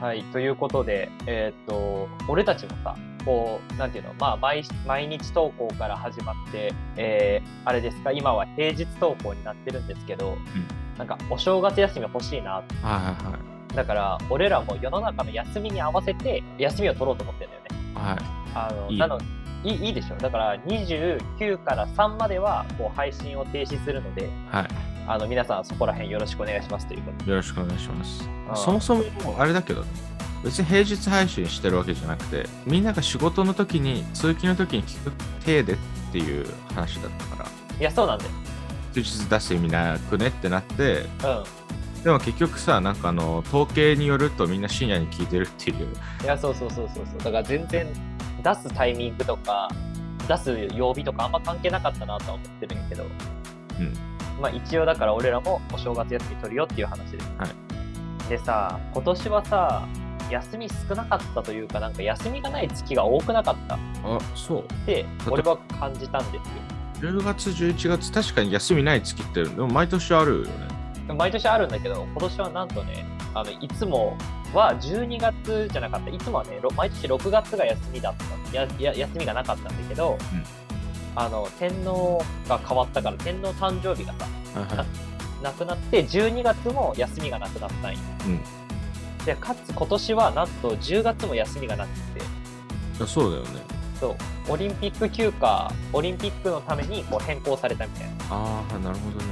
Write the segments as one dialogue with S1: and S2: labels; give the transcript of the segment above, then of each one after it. S1: はい、ということで、えーっと俺たちもさこうなんていうの、まあ、毎毎日投稿から始まって、えーあれですか今は平日投稿になってるんですけど、なんかお正月休み欲しいな
S2: はいは
S1: だから俺らも世の中の休みに合わせて休みを取ろうと思ってるんだよね。
S2: いはい。はい。
S1: あの
S2: いい
S1: なのいいいいでしょだから29から3まではこう配信を停止するので
S2: は
S1: あの皆さんそこら辺よろしくお願いしますということ
S2: い。よろしくお願いします
S1: あ。ー
S2: そもそも、あれだけど、別に平日配信してるわけじゃなくて、みんなが仕事の時に、通勤の時に聞く体でっていう話だったから、
S1: いやそうなんだ
S2: 休日出す意味なくねってなって、
S1: よ
S2: でも結局さ、なんかあの、統計によるとみんな深夜に聞いてるっていう。
S1: うんいやそうそうそうそうそうだから全然出すタイミングとか出す曜日とかあんま関係なかったなとは思ってるんやけど
S2: うん。
S1: まあ一応だから俺らもお正月休み取るよっていう話です、
S2: は
S1: でさ今年はさ休み少なかったというかなんか休みがない月が多くなかったっ
S2: あ、そう。
S1: て
S2: ば
S1: 俺は感じたんです
S2: 10月、11月、確かに休みない月って、でも毎年あるよね。
S1: よ毎年あるんだけど今年はなんとねあのいつもは12月じゃなかったいつもはねろ毎年6月が休みだったやや休みがなかったんだけど、
S2: うん
S1: あの天皇が変わったから天皇誕生日がさ
S2: はいはい。
S1: なくなって12月も休みがなくなったんよ、でかつ今年はなんと10月も休みがなくて
S2: いやそうだよね。
S1: そうオリンピック休暇オリンピックのためにこう変更されたみたいな
S2: ああ、なるほどね。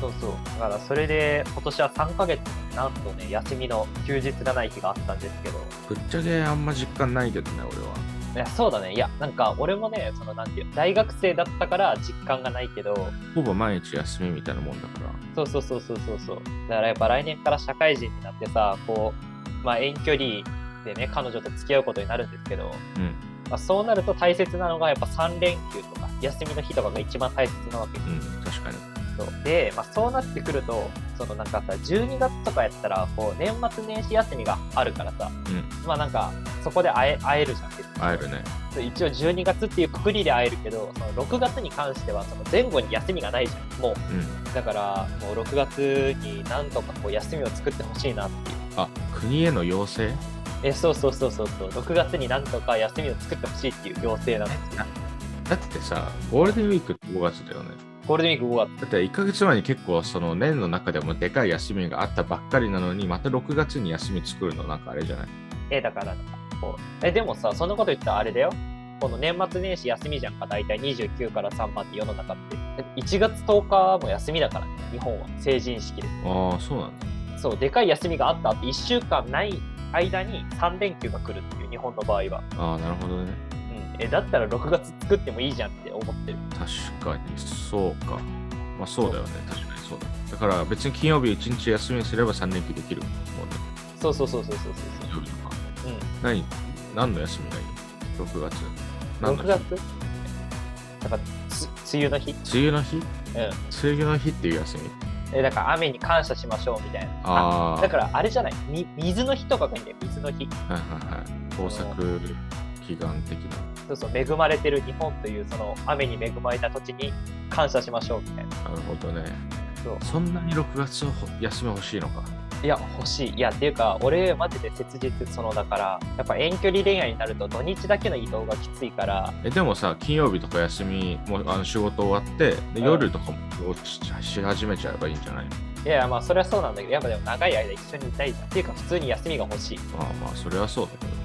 S1: そうそうだからそれで今年は3ヶ月なんとね休みの休日がない日があったんですけど
S2: ぶっちゃけあんま実感ないけどね、俺は。
S1: いやそうだねいやなんか俺もねそのなんていう大学生だったから実感がないけど
S2: ほぼ毎日休みみたいなもんだから。
S1: そうそうそうそうそうそうだからやっぱ来年から社会人になってさこうまあ遠距離でね彼女と付き合うことになるんですけど、
S2: うん。
S1: まあ、そうなると大切なのがやっぱ3連休とか休みの日とかが一番大切なわけ
S2: うん、確かに。
S1: そうで、まあ、そうなってくるとそのなんかさ12月とかやったらこう年末年始休みがあるからさ、
S2: う
S1: まあなんかそこで会え会えるじゃん別に
S2: 会えるね。
S1: そう一応12月っていうくくりで会えるけどその6月に関してはその前後に休みがないじゃんもう
S2: うん。
S1: だからもう6月になんとかこう休みを作ってほしいなっていう
S2: あ、国への要請
S1: えそうそうそうそうそう6月になんとか休みを作ってほしいっていう要請なんですよ
S2: だってさ、ゴールデンウィークって5月だよね。
S1: ゴールデンウィーク5月
S2: だって1ヶ月前に結構その年の中でもでかい休みがあったばっかりなのに、また6月に休み作るのなんかあれじゃない
S1: えだからなんかこうえでもさそんなこと言ったらあれだよこの年末年始休みじゃんか大体29から3まで世の中って1月10日も休みだからね日本は成人式で
S2: ああ、そうなんだ。
S1: そうでかい休みがあったって1週間ない間に3連休が来るっていう日本の場合は、
S2: ああ、なるほどね。
S1: うん、えだったら6月作ってもいいじゃんって思ってる
S2: 確かに、そうか。まあそうだよね。確かにそうだ。だから別に金曜日1日休みにすれば3連休できるもんね。
S1: そうそうそうそうそう
S2: 金曜日とか。
S1: そうそう、
S2: 何何の休みがいい ?6 月。
S1: うん、
S2: 何の
S1: 6
S2: 日
S1: 月だからつ梅雨の日
S2: 梅雨の日
S1: うん
S2: 梅雨の日っていう休み
S1: えだから雨に感謝しましょうみたいな
S2: ああ。
S1: だからあれじゃないみ水の日とかがいいんだよ水の日
S2: はいはいはい。工作祈願的な。
S1: そうそう恵まれてる日本というその雨に恵まれた土地に感謝しましょうみたいな
S2: なるほどね。
S1: そう
S2: そんなに6月を休み欲しいのか。
S1: いや欲しいいやっていうか俺マジで切実そのだからやっぱ遠距離恋愛になると土日だけの移動がきついから
S2: えでもさ、金曜日とか休み、もうあの仕事終わって、で
S1: うん
S2: 夜とかもしし始めちゃえばいいんじゃないの
S1: いやいやまあそれはそうなんだけどやっぱでも長い間一緒にいたいじゃんっていうか普通に休みが欲しい、
S2: まあまあ、それはそうだけどね。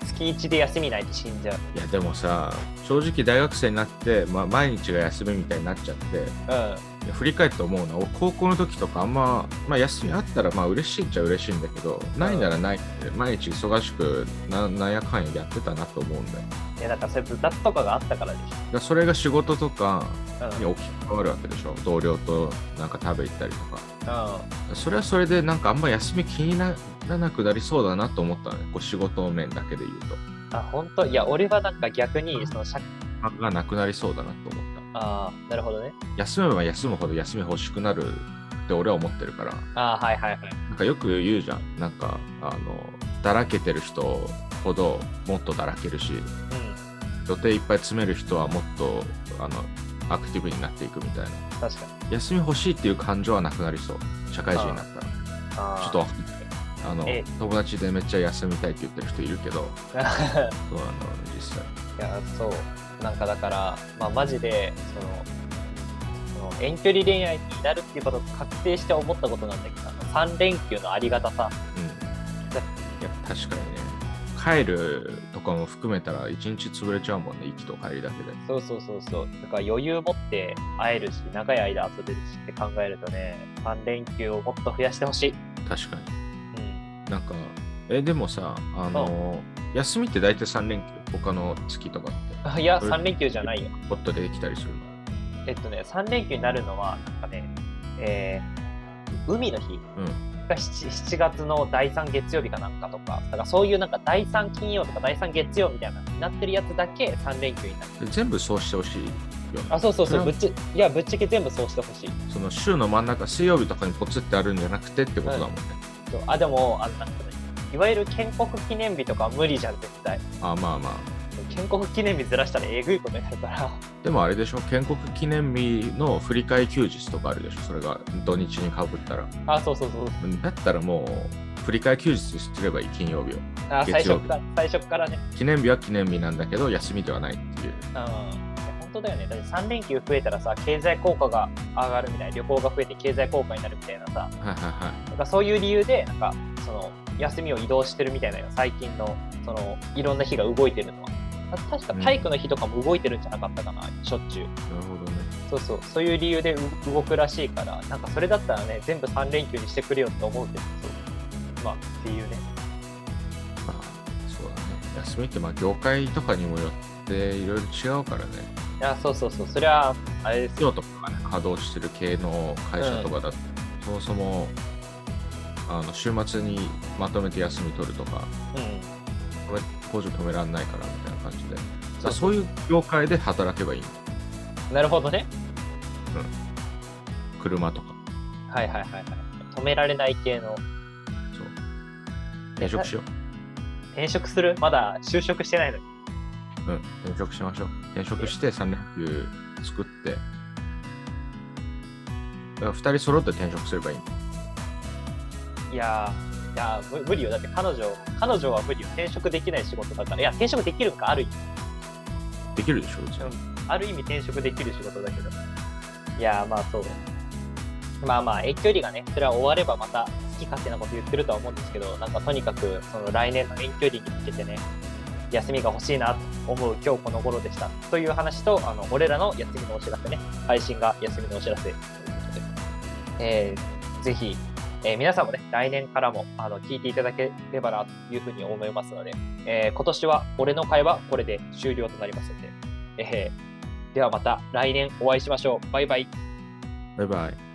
S1: うん、月1で休みないと死んじゃう
S2: いやでもさ、正直大学生になって、まあ、毎日が休みみたいになっちゃって、
S1: うん
S2: いや振り返って思うのは俺高校の時とかあんま、まあ、休みあったらまあ嬉しいっちゃ嬉しいんだけどないならないって毎日忙しくななんやかんややってたなと思うんだよ
S1: いやだからそれ部活とかがあったからでし
S2: だからそれが仕事とか
S1: ょうん
S2: に置き換わるわけでしょ同僚となんか食べ行ったりとか
S1: う
S2: それはそれでなんかあんま休み気にならなくなりそうだなと思ったのねこう仕事面だけで言うん
S1: あ本当いや俺はなんか逆にその社
S2: とがなくなりそうだなと思っ
S1: ああなるほどね
S2: た休めば休むほど休み欲しくなるって俺は思ってるから
S1: ああはいはいはい
S2: なんかよく言うじゃん。なんか、あの、だらけてる人ほどもっとだらけるし、
S1: う
S2: 予定いっぱい詰める人はもっと、あの、アクティブになっていくみたい
S1: ん
S2: な。
S1: 確かに
S2: 休み欲しいっていう感情はなくなりそう。社会人になったら。
S1: あ
S2: ちょ
S1: ー
S2: っと、あの
S1: ええ
S2: 友達でめっちゃ休みたいって言ってる人いる けど、そうあの実際。
S1: いやそうなんかだから、まあ、マジでそのその遠距離恋愛になるっていうことを確定して思ったことなんだけどあの3連休のありがたさ
S2: うん、いや確かにね帰るとかも含めたら一日潰れちゃうもんね行きと帰りだけで
S1: そうそうそうそうだから余裕持って会えるし長い間遊べるしって考えるとね3連休をもっと増やしてほしい、
S2: 確かに
S1: うん、
S2: なんかえでもさあの休みって大体3連休他の月とかって
S1: あいや
S2: それ
S1: 3連休じゃないよ
S2: ポッとできたりするの
S1: えっとね3連休になるのはなんかねえー海の日
S2: うん
S1: が 7, 7月の第3月曜日かなんかとかだからそういうなんか第3金曜とか第3月曜みたいなのになってるやつだけ3連休になる
S2: で全部そうしてほしいよね
S1: あそうそうそう
S2: それ
S1: ぶっちいやぶっちゃけ全部そうしてほしい
S2: その週の真ん中水曜日とかにポツってあるんじゃなくてってことだもんね、
S1: そうあでもあのなんかねいわゆる建国記念日とかは無理じゃん絶対
S2: あまあまあ
S1: 建国記念日ずらしたらえぐいことになるから
S2: でもあれでしょ建国記念日の振り替え休日とかあるでしょそれが土日にかぶったら
S1: あそうそうそう
S2: だったらもう振り替え休日にすればいい金曜日を
S1: あ最
S2: 月曜
S1: 初
S2: 日
S1: から最初からね
S2: 記念日は記念日なんだけど休みではないっていう
S1: うんいや本当だよねだって3連休増えたらさ経済効果が上がるみたいな旅行が増えて経済効果になるみたいなさ
S2: はいはいは
S1: なんかそういう理由でなんかその休みを移動してるみたいなのよ最近のそのいろんな日が動いてるのはた確か体育の日とかも動いてるんじゃなかったかな、しょっちゅう
S2: いなるほどね
S1: そうそうそういう理由でう動くらしいからなんかそれだったらね全部3連休にしてくれよって思うけどそうまあっていうね
S2: まあそうだね休みってまあ業界とかにもよっていろいろ違うからね
S1: いやそうそうそうそれはあれですよ
S2: 企業とかがね稼働してる系の会社とかだと、そもそもあの週末にまとめて休み取るとか
S1: うん
S2: これ工場止めらんないからみたいな感じでだから
S1: そ
S2: そうういう業界で働けばいいの
S1: なるほどね
S2: 車とか
S1: はいはいはいはい止められない系の
S2: そう転職しよう
S1: 転職するまだ就職してないのに
S2: うん、転職しましょう。転職して3連休作って、だから2人揃って転職すればいいの。
S1: いやーいやーむ無理よだって彼女彼女は無理よ転職できない仕事だからいや転職できるんかある意味
S2: できるでしょ、うち
S1: うんある意味転職できる仕事だけどいやーまあそうまあまあ遠距離がねそれは終わればまた好き勝手なこと言ってるとは思うんですけどなんかとにかくその来年の遠距離に向けてね休みが欲しいなと思う今日この頃でしたという話とあの俺らの休みのお知らせね配信が休みのお知らせということで、えーぜひ、えー皆さんもね来年からもあの聞いていただければなというふうに思いますので、えー今年は俺の会はこれで終了となりますので、えーではまた来年お会いしましょうバイバイ
S2: バイバイ。